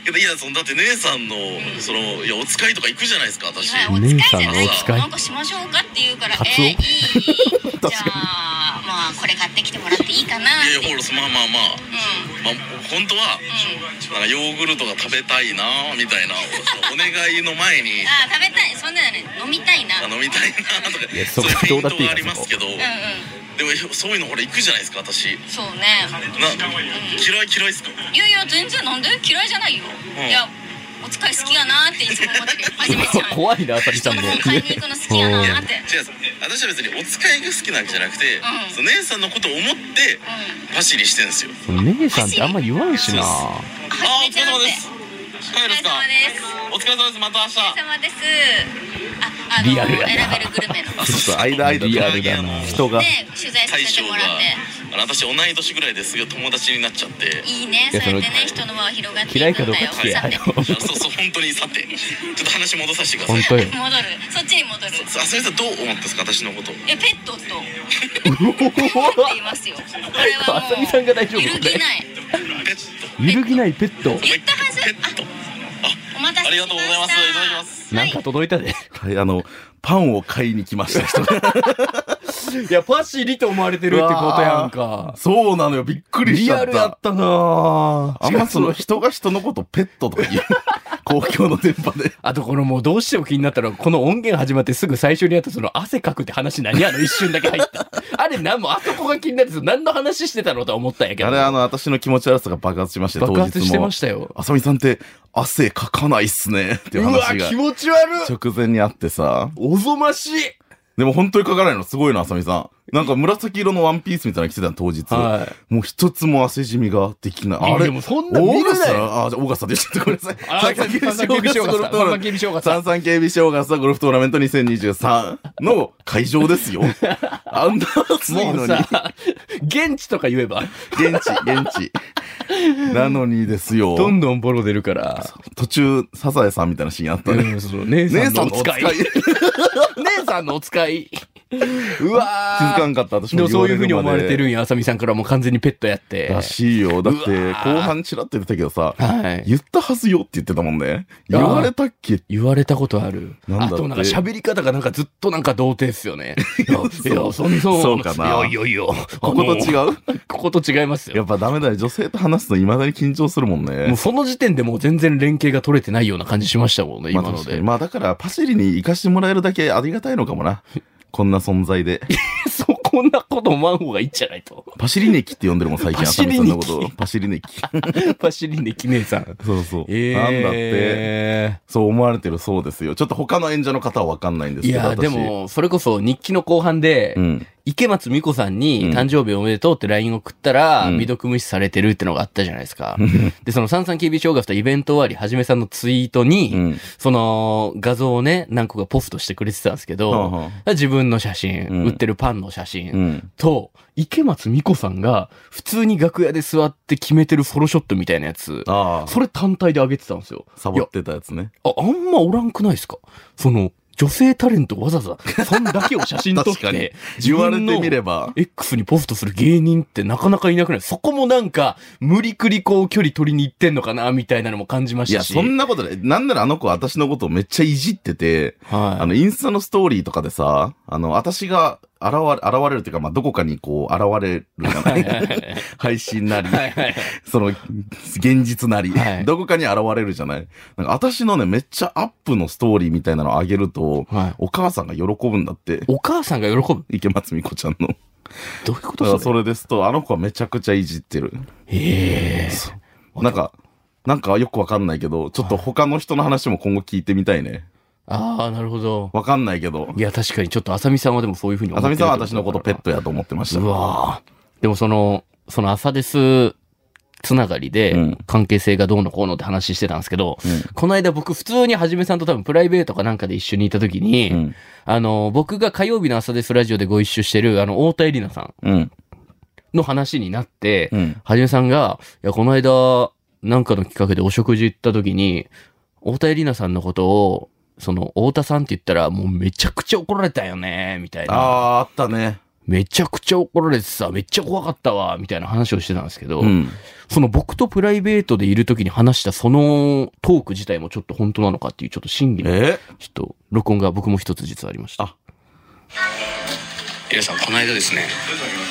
Speaker 7: けどいやそのだって姉さんのそのいやお使いとか行くじゃないですか私
Speaker 6: いやお使いじゃな
Speaker 7: 姉
Speaker 6: いけ
Speaker 7: さ
Speaker 6: ど
Speaker 1: んのお使い
Speaker 6: なんかしましょうかって言うから
Speaker 1: カツオ
Speaker 6: えー、いいじゃあまあこれ買ってきてもらっていいかなっ
Speaker 7: いや
Speaker 6: て
Speaker 7: いやほらそまあまあまあ
Speaker 6: うん
Speaker 7: まあ、本当は、なんかヨーグルトが食べたいなみたいなお願いの前に
Speaker 6: あー食べたいそんなのね飲みたいな
Speaker 7: あ
Speaker 6: うんうん
Speaker 7: 飲みたいなとか
Speaker 1: いやそこ
Speaker 7: ういう
Speaker 1: どうだっていい
Speaker 7: は
Speaker 1: か
Speaker 7: ありますけど、
Speaker 6: うん
Speaker 7: でもそういうのほら行くじゃないですか私
Speaker 6: そうね
Speaker 7: な嫌い嫌いですか
Speaker 6: いやいや全然なんで嫌いじゃないよ、
Speaker 7: ん
Speaker 6: いやお使い好きやなーっていつも思ってるよ初めちゃん
Speaker 1: 怖いな、あさりち
Speaker 6: 人
Speaker 1: ゃん
Speaker 6: の
Speaker 1: も。
Speaker 6: 本買 いに行くの好きやなーって
Speaker 7: 違う私は別にお使いが好きなわけじゃなくて、
Speaker 6: ん
Speaker 7: その姉さんのことを思って
Speaker 6: う
Speaker 7: パシリしてるんですよ
Speaker 1: 姉さんってあんま言わんしな。
Speaker 6: ん
Speaker 7: ああお
Speaker 6: 初め
Speaker 7: 疲
Speaker 6: ち
Speaker 7: れ
Speaker 6: ゃ
Speaker 7: 様
Speaker 6: んって
Speaker 7: です
Speaker 6: お
Speaker 7: 帰る
Speaker 6: 疲
Speaker 7: ん
Speaker 6: れ
Speaker 7: すかお疲れ様で
Speaker 6: 様です
Speaker 7: すまた明日
Speaker 6: お疲れ様ですああの
Speaker 1: リアルやな
Speaker 6: 選べるグルメの
Speaker 3: ちょっと間間
Speaker 1: リアル
Speaker 7: ル
Speaker 1: だ
Speaker 7: だ
Speaker 1: な
Speaker 7: な。
Speaker 1: 人が。
Speaker 6: で取材さ
Speaker 7: 大
Speaker 6: せて
Speaker 7: 将
Speaker 6: も
Speaker 7: が
Speaker 6: らって
Speaker 7: あの私同い年ぐらいですごい友達になっちゃ って
Speaker 6: いいね
Speaker 1: いや
Speaker 6: そうやってね
Speaker 1: そ
Speaker 6: 人の輪は広がっていくんだ
Speaker 1: 嫌
Speaker 6: よ
Speaker 1: いかどうか聞 け
Speaker 6: さ
Speaker 1: や
Speaker 6: て。
Speaker 7: いやそうそう本当にさてちょっと話戻させてくださ
Speaker 1: 本
Speaker 7: い
Speaker 1: 当よ。
Speaker 6: 戻るそっちに戻る
Speaker 7: あそれさんどう思ったんですか私のこと
Speaker 6: えペットとっていますよこれ は
Speaker 1: あさ
Speaker 6: も
Speaker 1: みさんが大丈
Speaker 6: う
Speaker 1: 夫
Speaker 6: 揺るぎない
Speaker 7: ペット
Speaker 1: 揺るぎないペット。
Speaker 6: 言ったはず
Speaker 7: ペット
Speaker 6: お待たせ
Speaker 7: あ
Speaker 6: しました
Speaker 7: りがとうございますいただきます
Speaker 1: なんか届いたで。
Speaker 3: はい、あの、パンを買いに来ました人が。
Speaker 1: いや、パシリと思われてるってことやんか。
Speaker 3: そうなのよ、びっくりしち
Speaker 1: リ
Speaker 3: ゃった。
Speaker 1: アルやったな
Speaker 3: あんまその人が人のことペットとか言う。公共の電波 で。
Speaker 1: あとこのもうどうしても気になったのは、この音源始まってすぐ最初にあったその汗かくって話何あの一瞬だけ入った。 あれなんもあそこが気になって何の話してたのとは思ったんやけど。
Speaker 3: あれ、あの、私の気持ち悪さが爆発しまして、
Speaker 1: 爆発してましたよ。
Speaker 3: あさみさんって汗かかないっすねっていうう
Speaker 1: わ
Speaker 3: 話、が
Speaker 1: 気持ち悪い
Speaker 3: 直前にあってさ。
Speaker 1: おぞましい
Speaker 3: でも本当にかからないのすごいな、あさみさん。なんか紫色のワンピースみたいなの着てたの当日。
Speaker 1: は
Speaker 3: もう一つも汗染みができない。
Speaker 1: いや
Speaker 3: あれ
Speaker 1: でもそんな
Speaker 3: オ
Speaker 1: 見るなよ
Speaker 3: ーガスタあ、じゃあオーガスタでした。ごめんなさい。
Speaker 1: あ三三警備小学生
Speaker 3: 三三警備小学生ゴルフトーナメント2023の会場ですよ。あんな暑
Speaker 1: い。
Speaker 3: いの
Speaker 1: も
Speaker 3: に。
Speaker 1: うさ、現地とか言えば、
Speaker 3: 現地、現地。なのにですよ。
Speaker 1: どんどんボロ出るから。
Speaker 3: 途中、サザエさんみたいなシーンあったね。
Speaker 1: うんそう
Speaker 3: 姉
Speaker 1: 姉さん
Speaker 3: さ
Speaker 1: の
Speaker 3: ん
Speaker 1: お
Speaker 3: のお使
Speaker 1: 使
Speaker 3: い。
Speaker 1: い。 姉さんのお使い。うわ
Speaker 3: 気
Speaker 1: ー
Speaker 3: づかんかった、私
Speaker 1: で
Speaker 3: も
Speaker 1: も
Speaker 3: 言
Speaker 1: そう
Speaker 3: わ
Speaker 1: い
Speaker 3: れるまで。
Speaker 1: うふうに思われてるんや、あさみさんからもう完全にペットやって。
Speaker 3: らしいよ。だって、後
Speaker 1: うわー
Speaker 3: 半チラッと言ってたけどさ、
Speaker 1: はい。
Speaker 3: 言ったはずよって言ってたもんね。
Speaker 1: あー
Speaker 3: 言われたっけ
Speaker 1: 言われたことある。
Speaker 3: なんだ
Speaker 1: あ
Speaker 3: って
Speaker 1: となんか喋り方がなんかずっとなんか童貞っすよね。いや、いやそんそう。
Speaker 3: そうかない
Speaker 1: やいやいや。
Speaker 3: ここと違
Speaker 1: う。
Speaker 3: う
Speaker 1: ここと違います
Speaker 3: や
Speaker 1: よ。
Speaker 3: っぱダメだね。女性と話すの未だに緊張するもん
Speaker 1: もう
Speaker 3: ね。
Speaker 1: その時点でもう全然連携が取れてないような感じしましたもんね、
Speaker 3: まあ
Speaker 1: 今の
Speaker 3: 確か
Speaker 1: で
Speaker 3: に。まあだから、パシリに行かしてもらえるだけありがたいのかもな。こんな存在 で。
Speaker 1: そう、こんなこと思わん方がいいんじゃないと。
Speaker 3: パシリネキって呼んでるもん、最近、
Speaker 1: パ
Speaker 3: あ
Speaker 1: シ
Speaker 3: さみ
Speaker 1: リネキ
Speaker 3: さんのことを。パシリネキ。
Speaker 1: パシリネキ姉さん。
Speaker 3: そうそう。
Speaker 1: えー
Speaker 3: なんだって、そう思われてるそうですよ。ちょっと他の演者の方はわかんないんです
Speaker 1: い
Speaker 3: けど、
Speaker 1: や、
Speaker 3: 私
Speaker 1: で、も、それこそ日記の後半で、
Speaker 3: うん。
Speaker 1: 池松美子さん
Speaker 3: う
Speaker 1: に
Speaker 3: ん
Speaker 1: 誕生日おめでとうって LINE 送ったら、
Speaker 3: うん
Speaker 1: 未読無視されてるってのがあったじゃないですか。で、その三三 KB 小学生イベント終わり、はじめさんのツイートに、
Speaker 3: うん。
Speaker 1: その画像をね、何個かポストしてくれてたんですけど、
Speaker 3: はあは
Speaker 1: 自分の写真、
Speaker 3: うん
Speaker 1: 売ってるパンの写真、
Speaker 3: うん。
Speaker 1: と、池松美子さんが普通に楽屋で座って決めてるフォロショットみたいなやつ、
Speaker 3: ああ、
Speaker 1: それ単体で上げてたんですよ。
Speaker 3: サボってたやつね。
Speaker 1: あ、あんまおらんくないですかその、女性タレントわざわざ、さんだけを写真撮っ
Speaker 3: 確かに
Speaker 1: て、
Speaker 3: 言われてみれば。
Speaker 1: X にポストする芸人ってなかなかいなくないそこもなんか、無理くりこう距離取りに行ってんのかなみたいなのも感じま
Speaker 3: い
Speaker 1: し
Speaker 3: や、
Speaker 1: たし。
Speaker 3: そんなことない。なんならあの子私のことをめっちゃいじってて、あ
Speaker 1: はい。
Speaker 3: の、インスタのストーリーとかでさ、あの、私が現れ、現れるというか、まあ、どこかにこう、現れるじゃない配信なり、
Speaker 1: はいはい
Speaker 3: その、現実なり、
Speaker 1: はい
Speaker 3: どこかに現れるじゃないなんか私のね、めっちゃアップのストーリーみたいなのを上げると、
Speaker 1: はい
Speaker 3: お母さんが喜ぶんだって。
Speaker 1: お母さんが喜ぶ。
Speaker 3: 池松美子ちゃんの。
Speaker 1: どういうこ
Speaker 3: だか
Speaker 1: と
Speaker 3: ら
Speaker 1: そ
Speaker 3: そ
Speaker 1: れ。
Speaker 3: れですと、あの子はめちゃくちゃいじってる。
Speaker 1: ええ
Speaker 3: なんか、なんかよくわかんないけど、ちょっと他の人の話も今後聞いてみたいね。
Speaker 1: ああ、なるほど。
Speaker 3: わかんないけど
Speaker 1: い、や、確かにちょっと浅見さんはでもそういうふうに思
Speaker 3: あ
Speaker 1: って
Speaker 3: さ
Speaker 1: る
Speaker 3: み
Speaker 1: って
Speaker 3: さん
Speaker 1: だ
Speaker 3: は
Speaker 1: から
Speaker 3: 私のことペットやと思ってました
Speaker 1: う。わーでもその、その朝ですつながりで
Speaker 3: うん
Speaker 1: 関係性がどうのこうのって話してたんですけど、
Speaker 3: う
Speaker 1: この間僕普通にはじめさんと多分プライベートかなんかで一緒にいた時に、
Speaker 3: うん。
Speaker 1: あの、僕が火曜日の朝ですラジオでご一緒してるあの、太田エリナさん
Speaker 3: うん。
Speaker 1: の話になって、
Speaker 3: うん。
Speaker 1: はじめさんが、いや、この間、なんかのきっかけでお食事行った時に、太田エリナさんのことを、その、太田さんって言ったら、もうめちゃくちゃ怒られたよね、みたい
Speaker 3: あ
Speaker 1: な。
Speaker 3: あ、あったね。
Speaker 1: めちゃくちゃ怒られてさ、めっちゃ怖かったわ、みたいな話をしてたんですけど、
Speaker 3: うん。
Speaker 1: その僕とプライベートでいる時に話したそのトーク自体もちょっと本当なのかっていうちょっと審議の、ちょ
Speaker 3: え
Speaker 1: っと録音が僕も一つ実はありました。
Speaker 3: あ
Speaker 5: エリナさんこの間ですね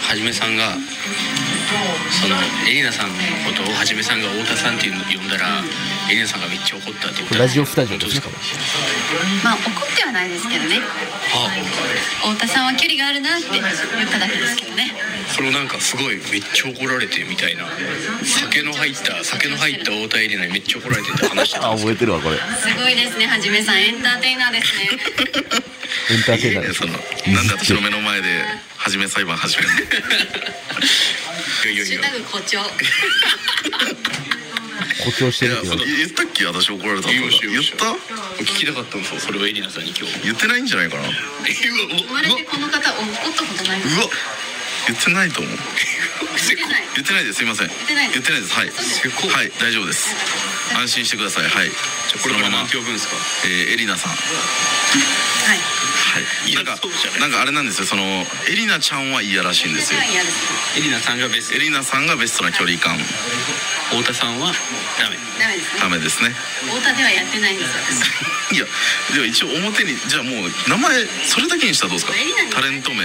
Speaker 5: はじめさんがそのエリナさんのことをはじめさんが太田さんっていうの呼んだらエリナさんがめっちゃ怒ったって言った
Speaker 1: ラジオスタジオで
Speaker 5: ですす
Speaker 1: ね
Speaker 5: か
Speaker 6: まあ怒ってはないですけどね
Speaker 5: あ
Speaker 6: 太田さんは距離があるなって言っただけですけどね
Speaker 5: それをなんかすごいめっちゃ怒られてみたいな酒の入った酒の入った太田エリナにめっちゃ怒られてって話してた
Speaker 3: あ、覚えてるわ、これ。
Speaker 6: すごいですねはじめさんエンターテイナーです ね
Speaker 1: エンターテイナー
Speaker 7: え
Speaker 1: です
Speaker 7: そのなんで私の目の前で初め裁判始 めるの
Speaker 5: い
Speaker 6: 「
Speaker 5: やい
Speaker 6: シ
Speaker 5: やい
Speaker 6: ュ
Speaker 5: や
Speaker 6: タグ誇張」
Speaker 1: 誇張して
Speaker 7: い
Speaker 1: る
Speaker 7: や
Speaker 1: け
Speaker 7: そ
Speaker 1: ど
Speaker 7: の言ったっけ私怒られたの
Speaker 5: 言いましたよ
Speaker 7: 言っ
Speaker 5: 聞
Speaker 7: た
Speaker 5: きたかったんですよそれをエリナさんに今日
Speaker 7: 言ってないんじゃないかなうわ
Speaker 6: 生まれてこの方怒ったことないです
Speaker 7: 言ってないと思う
Speaker 6: 言ってない
Speaker 7: 言ってないですすいません言
Speaker 6: ってない
Speaker 7: 言ってないですはい
Speaker 6: 嘘
Speaker 7: はい大丈夫です安心してくださいはいこ
Speaker 5: これ
Speaker 7: の
Speaker 5: から
Speaker 7: まま
Speaker 5: 何票分ですか
Speaker 7: えーエリナさん
Speaker 6: はい
Speaker 7: はい
Speaker 5: いや
Speaker 7: なんか
Speaker 5: そうじゃない
Speaker 7: なんかあれなんですよそのエリナちゃんは嫌らしいんですよ
Speaker 6: は嫌で
Speaker 5: エ
Speaker 6: す
Speaker 5: リナさんがベス
Speaker 7: エリナさんがベストな距離感
Speaker 5: 太田さんはダメ
Speaker 6: ダメです
Speaker 7: ダメですね
Speaker 6: ね太田ではやってないんです
Speaker 7: い
Speaker 6: 私
Speaker 7: やでも一応表にじゃあもう名前それだけにしたらどうですか
Speaker 6: エリナに
Speaker 7: タレント名
Speaker 6: どう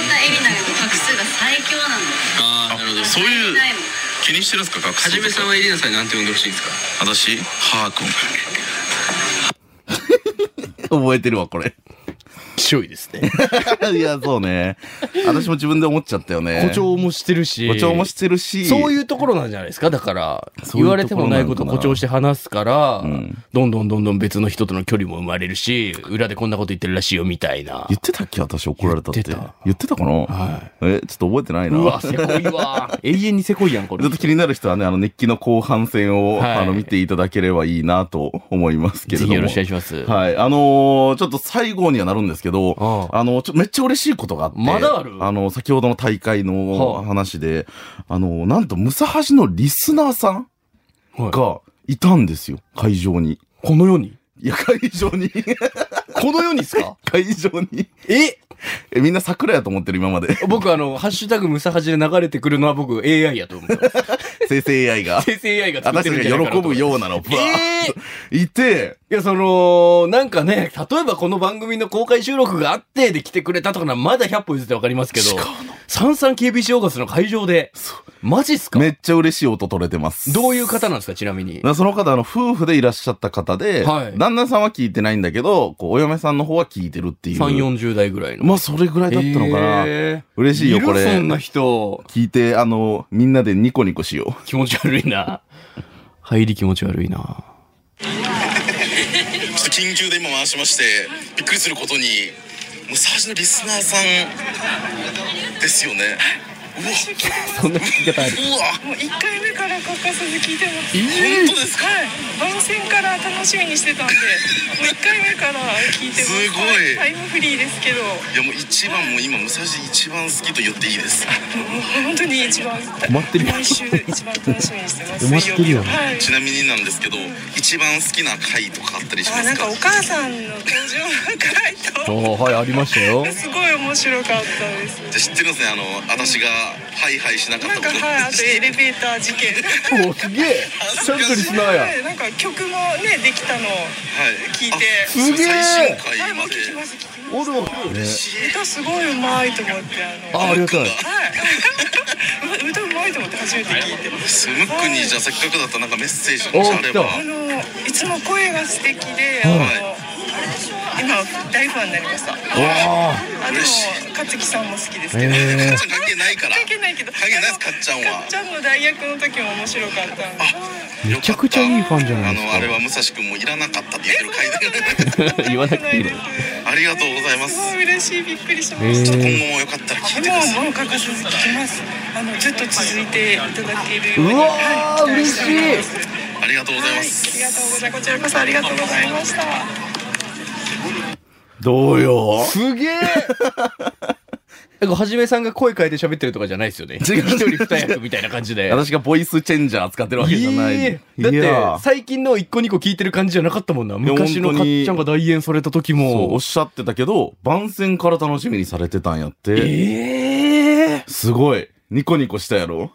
Speaker 6: 太田エリナの画数が最強なんです
Speaker 5: ああなるほど
Speaker 7: そういう
Speaker 6: ないもん
Speaker 7: 気にしてるんですか学
Speaker 5: はじめさんはエリナさんに何て呼んでほしいんですか
Speaker 7: 私ハー君
Speaker 3: 覚えてるわ、これ。
Speaker 1: 強いですね。
Speaker 3: いや、そうね。私も自分で思っちゃったよね。
Speaker 1: 誇張もしてるし。
Speaker 3: 誇張もしてるし。
Speaker 1: そ
Speaker 3: う。
Speaker 1: ういうところなんじゃないですかだから、
Speaker 3: そういう
Speaker 1: 言
Speaker 3: ところ
Speaker 1: われてもないことを誇張して話すから、
Speaker 3: ん
Speaker 1: どんどんどんどん別の人との距離も生まれるし、裏でこんなこと言ってるらしいよみたいな。
Speaker 3: 言ってたっけ私怒られたって。
Speaker 1: 言ってた
Speaker 3: 言ってたかな
Speaker 1: は
Speaker 3: え、ちょっと覚えてないな。
Speaker 1: う わ、せこいわ。永遠にせこいやん、こ
Speaker 3: ず
Speaker 1: れ
Speaker 3: っ。と気になる人はね、あの、熱気の後半戦を、
Speaker 1: はい
Speaker 3: あの、見ていただければいいなと思いますけれ
Speaker 1: ぜ
Speaker 3: ども。
Speaker 1: ひよろしくお願いします。
Speaker 3: はい。あのーちょっと最後にはなるんですけど、
Speaker 1: あ
Speaker 3: あの、ちょ、めっちゃ嬉しいことがあって。
Speaker 1: まだある
Speaker 3: の、先ほどの大会
Speaker 1: は
Speaker 3: の
Speaker 1: あ
Speaker 3: 話で、あの、なんと、ムサハジのリスナーさん
Speaker 1: はい
Speaker 3: がいたんですよ。会場に。
Speaker 1: この世に
Speaker 3: いや、会場に。
Speaker 1: この世にですか
Speaker 3: 会場に。
Speaker 1: え
Speaker 3: え、みんな桜やと思ってる今ま で。
Speaker 1: 僕あの、ハッシュタグムサハジで流れてくるのは僕 AI やと 思ってます。
Speaker 3: 生成 AI が。
Speaker 1: 生成 AI が作っ
Speaker 3: 私
Speaker 1: てるん
Speaker 3: た
Speaker 1: じ
Speaker 3: ち
Speaker 1: ゃない
Speaker 3: が
Speaker 1: かな
Speaker 3: 喜
Speaker 1: と思
Speaker 3: ぶ
Speaker 1: って
Speaker 3: ようなの、ば
Speaker 1: え
Speaker 3: ーっといて、
Speaker 1: いや、その、なんかね、例えばこの番組の公開収録があってで来てくれたとかならまだ100歩譲ってわかりますけど、サンサン KBC オーガスの会場で、マジっすか
Speaker 3: めっちゃ嬉しい音取れてます。
Speaker 1: どういう方なんですか、ちなみに。
Speaker 3: なその方、あの、夫婦でいらっしゃった方で、
Speaker 1: はい
Speaker 3: 旦那さんは聞いてないんだけど、こう、お嫁さんの方は聞いてるっていう。
Speaker 1: 3、40代ぐらいの。
Speaker 3: まあ、それぐらいだったのかな。
Speaker 1: えー
Speaker 3: 嬉しいよ、こ
Speaker 1: る
Speaker 3: れ
Speaker 1: そ。んな人。
Speaker 3: 聞いて、あの、みんなでニコニコしよ
Speaker 1: 気持ち悪いな。入り気持ち悪いな。
Speaker 7: ちょっと緊急で今回しましてびっくりすることにもう最初のリスナーさんですよねうわ
Speaker 1: そんな聞き方ある。
Speaker 7: うわ
Speaker 8: もう一回目からカッカスズ聞いてます。
Speaker 7: 本当ですか
Speaker 8: はい、番宣から楽しみにしてたんで、もう一回目から聞いてます。
Speaker 7: すごい
Speaker 8: タイムフリーですけど、も
Speaker 7: いやもう一番もう今武蔵一番好きと言っていいです
Speaker 8: う本当に一番
Speaker 3: まってるよ
Speaker 8: 毎週一番楽しみにしてます。
Speaker 1: まってるよ
Speaker 8: 水曜日はい。
Speaker 7: ちなみになんですけど一番好きな回とかあったりしま
Speaker 8: あ、
Speaker 7: す
Speaker 8: なんか
Speaker 7: か
Speaker 8: お母さんの登場回答。
Speaker 1: おーはい、ありましたよ。
Speaker 8: すごい面白かったで
Speaker 7: じ
Speaker 8: す。
Speaker 7: ゃあ知ってるんですねあの私がハイハイしなかっ
Speaker 8: な
Speaker 7: た
Speaker 8: ん
Speaker 7: こと
Speaker 8: かはい、あとエレベーター事件。
Speaker 1: おすげえちゃんとリスナーや。
Speaker 8: はい、なんか曲もねできたのを
Speaker 7: はい
Speaker 8: 聞いて。
Speaker 7: あそう
Speaker 1: すげえ
Speaker 7: 最新
Speaker 8: はい、
Speaker 7: 回
Speaker 8: も
Speaker 7: ま
Speaker 8: う
Speaker 7: で
Speaker 8: 聞きます。聞きます。
Speaker 1: おる おる。
Speaker 8: 歌すごいうまいと思ってあの。
Speaker 1: あ、ありがたい。
Speaker 8: はい。 歌うまいと思って初めて聞いて。
Speaker 7: スムックにじゃあせっかくだったらなんかメッセージ
Speaker 1: お
Speaker 7: もしあれば
Speaker 1: 来た
Speaker 8: あのいつも声が素敵で、あの今大ファンになりました。あ
Speaker 1: わ
Speaker 8: の勝木さんも好きです
Speaker 1: ー
Speaker 8: けど。
Speaker 1: え
Speaker 7: かっちゃん関係ないから
Speaker 8: 関係ないけど。
Speaker 7: 関係ないですかっちゃんは
Speaker 8: かっちゃんの代役の時も面白かったんで。
Speaker 1: ーめちゃくちゃいいファンじゃな
Speaker 7: あ
Speaker 1: いです
Speaker 7: の
Speaker 1: か
Speaker 7: あ。れは武蔵君もいらなかったって言ってる回だ
Speaker 1: 言わなくていいの
Speaker 8: です。
Speaker 7: ありがとうございますす
Speaker 8: ごい嬉しいびっくりしま
Speaker 1: え
Speaker 8: し
Speaker 1: ー
Speaker 8: た。
Speaker 7: 今後もよかったら聞いてください
Speaker 8: もうもう欠かさず聞きます。あのずっと続いていただけるように。
Speaker 1: うわー
Speaker 8: はい期待ております
Speaker 7: ありがとうござい
Speaker 8: は
Speaker 7: ま
Speaker 8: い、
Speaker 7: す
Speaker 8: ありがとうございます。こちらこそありがとうございました。
Speaker 3: う。どうよ
Speaker 1: すげえなんかはじめさんが声変えて喋ってるとかじゃないですよね。一
Speaker 3: 違う
Speaker 1: 人二役みたいな感じで。
Speaker 3: 私がボイスチェンジャー使ってるわけじゃない。
Speaker 1: ええだ
Speaker 3: い
Speaker 1: っ
Speaker 3: や
Speaker 1: て最近の一個二個聞いてる感じじゃなかったもんな。
Speaker 3: や
Speaker 1: 昔の
Speaker 3: 本
Speaker 1: か
Speaker 3: 当
Speaker 1: っ
Speaker 3: に
Speaker 1: ちゃんが代演された時
Speaker 3: そう、お
Speaker 1: も
Speaker 3: っ。しゃってたけど、番宣から楽しみにされてたんやって。
Speaker 1: ええ
Speaker 3: すごい。ニコニコしたやろ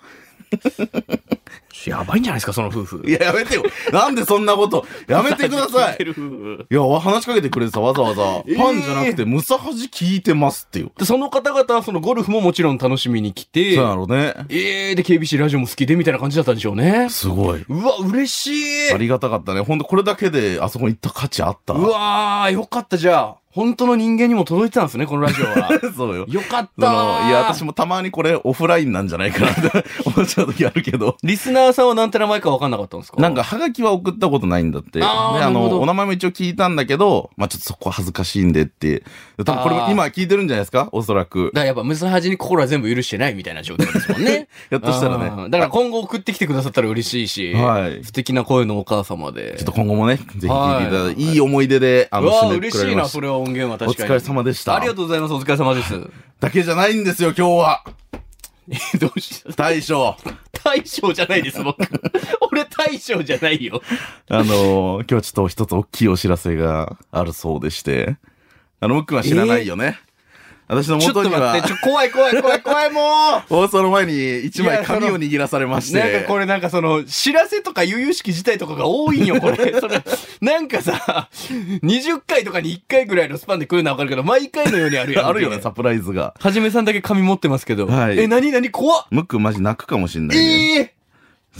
Speaker 1: やばいんじゃないですか、その夫婦。
Speaker 3: いや、やめてよ。なんでそんなこと。やめてください。いや、わ話しかけてくれてさ、わざわざ。フ
Speaker 1: えー
Speaker 3: ァンじゃなくて、ムサハジ聞いてますってよ。
Speaker 1: で、その方々はそのゴルフももちろん楽しみに来て、
Speaker 3: そうやろね。
Speaker 1: えー、で、KBC ラジオも好きで、みたいな感じだったんでしょうね。
Speaker 3: すごい。
Speaker 1: うわ、嬉しい
Speaker 3: ありがたかったね。ほんと、これだけで、あそこに行った価値あった。
Speaker 1: うわー、よかった、じゃあ。本当の人間にも届いてたんですね、このラジオは。
Speaker 3: そうよ。
Speaker 1: よかっ
Speaker 3: そ
Speaker 1: た
Speaker 3: の
Speaker 1: ー
Speaker 3: いや、私もたまにこれオフラインなんじゃないか なって思っちゃう時あるけど。
Speaker 1: リスナーさんはなんて名前か分かんなかったんですか
Speaker 3: なんか、、ハガキは送ったことないんだって。で、
Speaker 1: あー
Speaker 3: あ
Speaker 1: なるほど
Speaker 3: の、お名前も一応聞いたんだけど、まあちょっとそこは恥ずかしいんでって。多分これ
Speaker 1: あ
Speaker 3: も
Speaker 1: ー
Speaker 3: 今聞いてるんじゃないですかおそらく
Speaker 1: だ。からやっぱ、ムサハジに心は全部許してないみたいな状況ですもんね。
Speaker 3: やっとしたら
Speaker 1: あー
Speaker 3: ね。
Speaker 1: だから今後送ってきてくださったら嬉しいし、
Speaker 3: はい
Speaker 1: 素敵な声のお母様で。
Speaker 3: ちょっと今後もね、ぜひ聞いていただ
Speaker 1: はい
Speaker 3: いて、いい思い出で、あ
Speaker 1: う
Speaker 3: の、
Speaker 1: わー
Speaker 3: 締めく
Speaker 1: 嬉
Speaker 3: くら
Speaker 1: しい
Speaker 3: れ
Speaker 1: な、
Speaker 3: まし
Speaker 1: そ
Speaker 3: た
Speaker 1: れは音源は
Speaker 3: お
Speaker 1: 確か
Speaker 3: 疲
Speaker 1: に。
Speaker 3: れ様でした。
Speaker 1: ありがとうございます、お疲れ様です。
Speaker 3: だけじゃないんですよ、今日は。
Speaker 1: どうした
Speaker 3: 大 将。
Speaker 1: 大将じゃない です、僕。俺大将じゃないよ。
Speaker 3: あのー、今日はちょっと一つ大きいお知らせがあるそうでして。あの、ムックは知らないよね。私の
Speaker 1: ちょっ
Speaker 3: 元
Speaker 1: と
Speaker 3: に
Speaker 1: 待
Speaker 3: は
Speaker 1: って、、ちょ、怖い怖い怖い怖い、もう
Speaker 3: 放送の前に一
Speaker 1: い
Speaker 3: 枚
Speaker 1: やその
Speaker 3: 紙を握らされまして。
Speaker 1: なんかこれなんかその、知らせとか悠々しき事態とかが多いんよ、こ れ。それ、なんかさ、20回とかに1回ぐらいのスパンで来るのはわかるけど、毎回のように あるや ん。
Speaker 3: あるよね、サプライズが。
Speaker 1: はじめさんだけ紙持ってますけど。
Speaker 3: はい
Speaker 1: え、なになに怖っ
Speaker 3: ムックマジ泣くかもしんない、ね
Speaker 1: ええ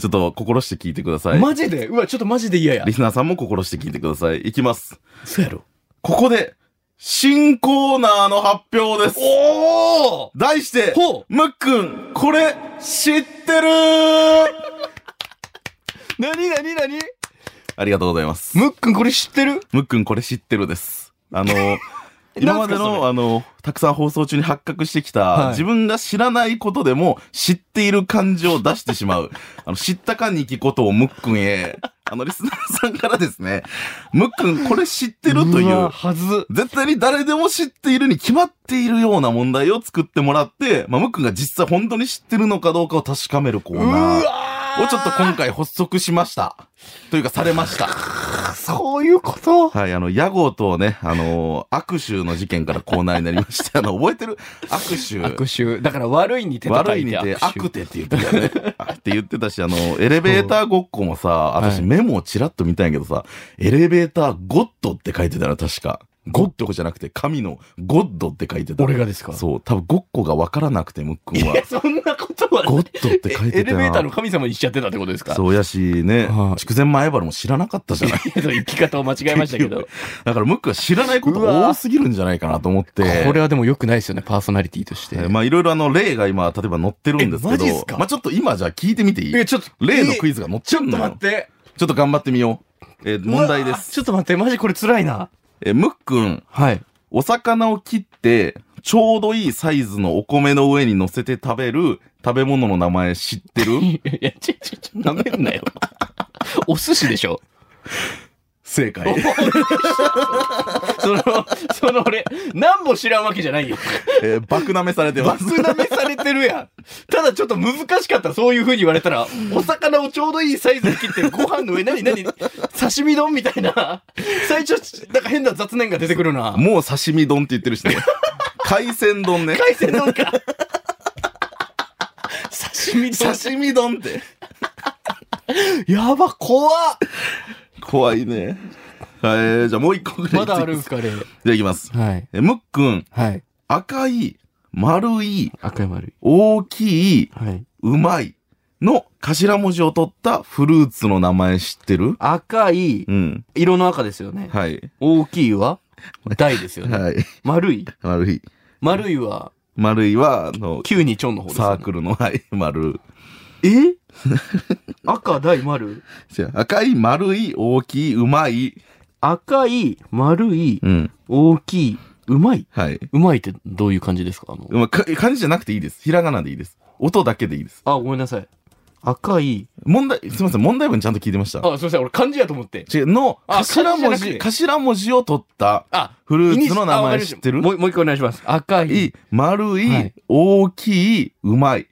Speaker 3: ちょっと心して聞いてくださ
Speaker 1: ー
Speaker 3: い。
Speaker 1: マジでうわ、ちょっとマジで嫌や
Speaker 3: リ。スナーさんも心して聞いてください。いきます。
Speaker 1: そうやろ。
Speaker 3: ここで、新コーナーの発表です。
Speaker 1: おー
Speaker 3: 題して、
Speaker 1: ほ
Speaker 3: ムックン、これ、知ってる
Speaker 1: なになになに
Speaker 3: ありがとうございます。
Speaker 1: むっくんこれ知ってる
Speaker 3: ムックン、これ知ってるです。あ の、今まで
Speaker 1: なんすかそ
Speaker 3: の、あの、たくさん放送中に発覚してきた、
Speaker 1: はい
Speaker 3: 自分が知らないことでも知っている感じを出してしま う、あの、知ったかにきことをムックンへ、あの、リスナーさんからですね、ムックン、これ知ってるという
Speaker 1: わ
Speaker 3: う、
Speaker 1: はず。
Speaker 3: 絶対に誰でも知っているに決まっているような問題を作ってもらって、まあ、ムックンが実際本当に知ってるのかどうかを確かめるコー
Speaker 1: うわ
Speaker 3: ナーをちょっと今回発足しました。というか、されました。
Speaker 1: そういうこと
Speaker 3: はい、あの、屋号とね、あのー握手の事件からコーナーになりまして、あの、覚えてる握手。
Speaker 1: 握手。だから悪いに手と書
Speaker 3: 悪
Speaker 1: い
Speaker 3: いに
Speaker 1: て
Speaker 3: て、
Speaker 1: 握
Speaker 3: 悪
Speaker 1: 手。
Speaker 3: 手って言ってたよね。あって言ってたし、あの、エレベーターごっこもさ、
Speaker 1: うん
Speaker 3: 私
Speaker 1: はい
Speaker 3: メモをチラッと見たんやけどさ、エレベーターゴッドって書いてたの、確か。ゴッドじゃなくて、神のゴッドって書いてた。
Speaker 1: 俺がですか
Speaker 3: そう、多分ごっこがわからなくて、ムックンは。
Speaker 1: そんなことは
Speaker 3: ゴッドって書いてたな
Speaker 1: エレベーターの神様にしちゃってたってことですか
Speaker 3: そうやしね
Speaker 1: は、い
Speaker 3: 筑前前原も知らなかったじゃない。
Speaker 1: けど生き方を間違えましたけど。
Speaker 3: だからムックンは知らないこと多すぎるんじゃないかなと思って。
Speaker 1: これはでも良くないですよね、パーソナリティとして。
Speaker 3: えーまあいろいろあの例が今、例えば載ってるんですけ
Speaker 1: えマ
Speaker 3: ど、
Speaker 1: ジっすか
Speaker 3: まあちょっと今じゃあ聞いてみていい
Speaker 1: え、ちょっと、
Speaker 3: 例のクイズ
Speaker 1: ズ。
Speaker 3: が載っ
Speaker 1: ち
Speaker 3: ちゃ
Speaker 1: ょ
Speaker 3: う
Speaker 1: っ
Speaker 3: の
Speaker 1: と待っ
Speaker 3: よ。
Speaker 1: て。
Speaker 3: ちょっと頑張ってみよう。えー問題で
Speaker 1: うわ
Speaker 3: す。
Speaker 1: ちょっと待って、マジこれ辛いな。
Speaker 3: えーむっくん、
Speaker 1: はい。
Speaker 3: お魚を切って、ちょうどいいサイズのお米の上に乗せて食べる食べ物の名前知ってる
Speaker 1: いや、ちょ、ちょ、ちょ、なめんなよ。お寿司でしょ
Speaker 3: 正解。
Speaker 1: その、その俺、何も知らんわけじゃないよ。
Speaker 3: えー、爆舐めされてま
Speaker 1: バ
Speaker 3: す
Speaker 1: ス。舐めされてるやん。ただちょっと難しかった。そういう風に言われたら、お魚をちょうどいいサイズに切ってご飯の上、何何刺身丼みたいな。最初、なんか変な雑念が出てくるな。
Speaker 3: もう刺身丼って言ってる しね。海鮮丼ね。
Speaker 1: 海鮮丼か。刺身丼。
Speaker 3: 刺身丼って。
Speaker 1: やば、怖っ。
Speaker 3: 怖いね。はい、じゃあもう一個ぐらい
Speaker 1: まだある
Speaker 3: い
Speaker 1: んすか、あれ。
Speaker 3: じゃあいきます。
Speaker 1: はい。
Speaker 3: えーむっくん、
Speaker 1: はい。
Speaker 3: 赤い、丸い、
Speaker 1: 赤い丸い。
Speaker 3: 大きい、
Speaker 1: はい。
Speaker 3: うまいの頭文字を取ったフルーツの名前知ってる
Speaker 1: 赤い、
Speaker 3: うん。
Speaker 1: 色の赤ですよね。
Speaker 3: はい。
Speaker 1: 大きいは、大ですよね。
Speaker 3: はい。
Speaker 1: 丸い。
Speaker 3: 丸い。
Speaker 1: 丸いは、
Speaker 3: 丸いは、あの、
Speaker 1: 9にちょんの方ですよね、
Speaker 3: サークルの、はい、丸。
Speaker 1: え 赤、大、丸。
Speaker 3: じゃあ赤い、丸い、大きい、うまい。
Speaker 1: 赤い、丸い、
Speaker 3: うん。
Speaker 1: 大きい、うまい。
Speaker 3: はい。
Speaker 1: うまいってどういう感じですかあの
Speaker 3: うまか漢字じゃなくていいです。ひらがなでいいです。音だけでいいです。
Speaker 1: あ、ごめんなさい。赤い。
Speaker 3: 問題、すいません、問題文ちゃんと聞いてました。
Speaker 1: あ、すいません。俺漢字やと思って。
Speaker 3: 違う、の、
Speaker 1: あ
Speaker 3: 頭文
Speaker 1: 漢字じゃな
Speaker 3: 字、
Speaker 1: くて
Speaker 3: 頭文字を取った
Speaker 1: あ、
Speaker 3: フルーツの名
Speaker 1: あわ
Speaker 3: 前
Speaker 1: かりまし
Speaker 3: 知
Speaker 1: た
Speaker 3: ってる
Speaker 1: もうもう一回お願いします。赤
Speaker 3: い
Speaker 1: い。
Speaker 3: い、丸
Speaker 1: はいい、
Speaker 3: 大きい、うまい。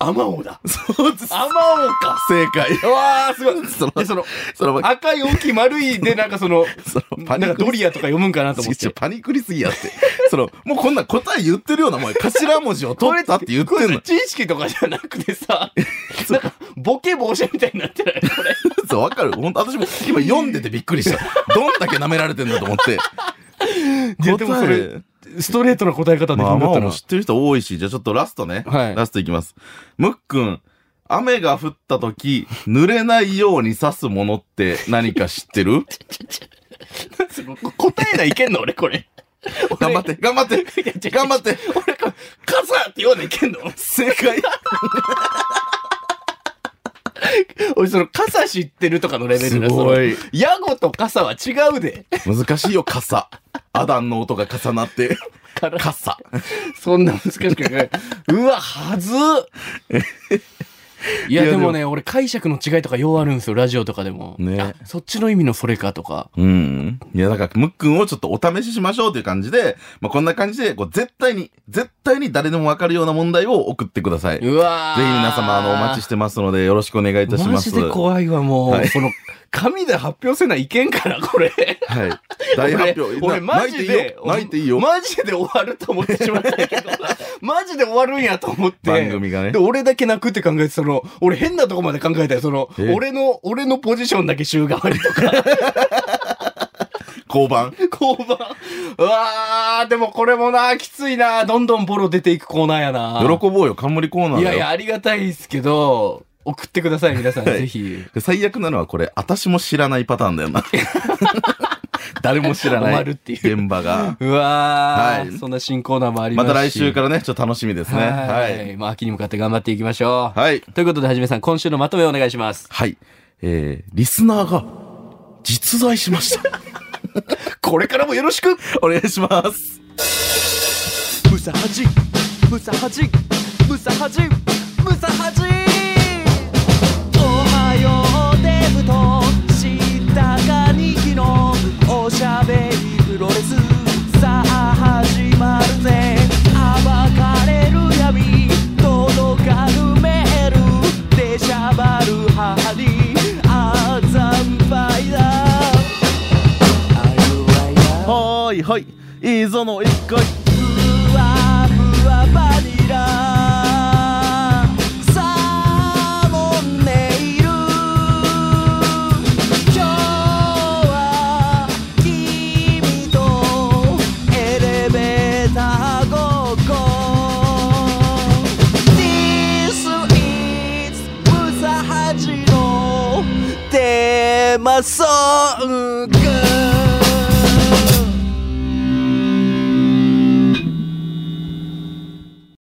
Speaker 1: あまおうだ。
Speaker 3: そうです。
Speaker 1: あまおうか。
Speaker 3: 正解。
Speaker 1: うわー、すごい。
Speaker 3: その
Speaker 1: で、 その、
Speaker 3: その、
Speaker 1: 赤い大きい丸いで、なんかその、
Speaker 3: その
Speaker 1: なんかドリアとか読むんかなと思っ
Speaker 3: ちょ
Speaker 1: て。
Speaker 3: パニクりすぎやって。その、もうこんな答え言ってるようなもんや頭文字を取ったって言ってんの。
Speaker 1: 知識とかじゃなくてさ、なんか、ボケ防止みたいになってないこれ。
Speaker 3: そう、わかる。本当私も今読んでてびっくりした。どんだけ舐められてんだと思って。
Speaker 1: いやでもそれ、ストレートな答え方で
Speaker 3: ま
Speaker 1: きな
Speaker 3: あま
Speaker 1: かった
Speaker 3: あ
Speaker 1: な
Speaker 3: もう知ってる人多いし、じゃあちょっとラストね。
Speaker 1: はい
Speaker 3: ラストいきます。むっくん、雨が降った時、濡れないように刺すものって何か知って る
Speaker 1: 答えないけんの俺これ。
Speaker 3: 頑張って、頑張って
Speaker 1: いや違う違う、
Speaker 3: 頑張って。
Speaker 1: 俺これ、傘って言わないけんの
Speaker 3: 正解。
Speaker 1: 俺その傘知ってるとかのレベルだ
Speaker 3: すごい
Speaker 1: そのヤゴと傘は違うで。
Speaker 3: 難しいよ、 傘。アダンの音が重なって。
Speaker 1: から
Speaker 3: 傘。
Speaker 1: そんな難しくない。うわ、はずっいや、
Speaker 3: いや
Speaker 1: でもね、俺解釈の違いとかようあるんですよ、ラジオとかでも。
Speaker 3: ね
Speaker 1: あそっちの意味のそれかとか。
Speaker 3: うん。いや、だから、ムックンをちょっとお試ししましょうという感じで、まあ、こんな感じで、こう、絶対に、絶対に誰でもわかるような問題を送ってください。ぜひ
Speaker 1: うわー
Speaker 3: 皆様、あの、お待ちしてますので、よろしくお願いいたし
Speaker 1: マ
Speaker 3: ます。
Speaker 1: ジで怖いわ、もう。
Speaker 3: はい
Speaker 1: その、紙で発表せないけんから、これ。
Speaker 3: はい。 大発表。
Speaker 1: 俺、俺
Speaker 3: な
Speaker 1: マジで、
Speaker 3: 泣いていいよ。泣いていいよ。
Speaker 1: マジで終わると思ってしまったけ ど、マジで終わるんやと思って。
Speaker 3: 番組がね
Speaker 1: で、。俺だけ泣くって考えて、その、俺変なとこまで考えたよ。その、
Speaker 3: え
Speaker 1: 俺の、俺のポジションだけ週替わりとか、
Speaker 3: 交番。
Speaker 1: 交番。うわー、でもこれもな、きついな。どんどんボロ出ていくコーナーやな。
Speaker 3: 喜ぼうよ、冠コーナーだよ。
Speaker 1: いやいや、ありがたいですけど、送ってください、皆さん、
Speaker 3: はい
Speaker 1: ぜひ。
Speaker 3: 最悪なのはこれ、私も知らないパターンだよ な。誰も知らな
Speaker 1: 困
Speaker 3: い。
Speaker 1: るっていう
Speaker 3: 現場が。
Speaker 1: うわー、
Speaker 3: はい
Speaker 1: そんな新コーナーもありま
Speaker 3: ます
Speaker 1: した
Speaker 3: 来週からね、ちょっと楽しみですね。
Speaker 1: は。
Speaker 3: はいい。
Speaker 1: まあ、秋に向かって頑張っていきましょう。
Speaker 3: はい。
Speaker 1: ということで、はじめさん、今週のまとめをお願いします。
Speaker 3: はい。えー、リスナーが実在しました。
Speaker 1: これからもよろしく
Speaker 3: お願いします。
Speaker 1: ムサハジムサハジムサハジムサハジおはようデブとしたかにきのおしゃべりプロレスさあ始まるぜ暴かれる闇届かぬメールでしゃばる母にあざんぱいだ
Speaker 3: はーいはい。いいぞの一回。
Speaker 1: ふわふわバニラサーモンネイル今日は君とエレベーターごっこ This is ムサハジのテーマソング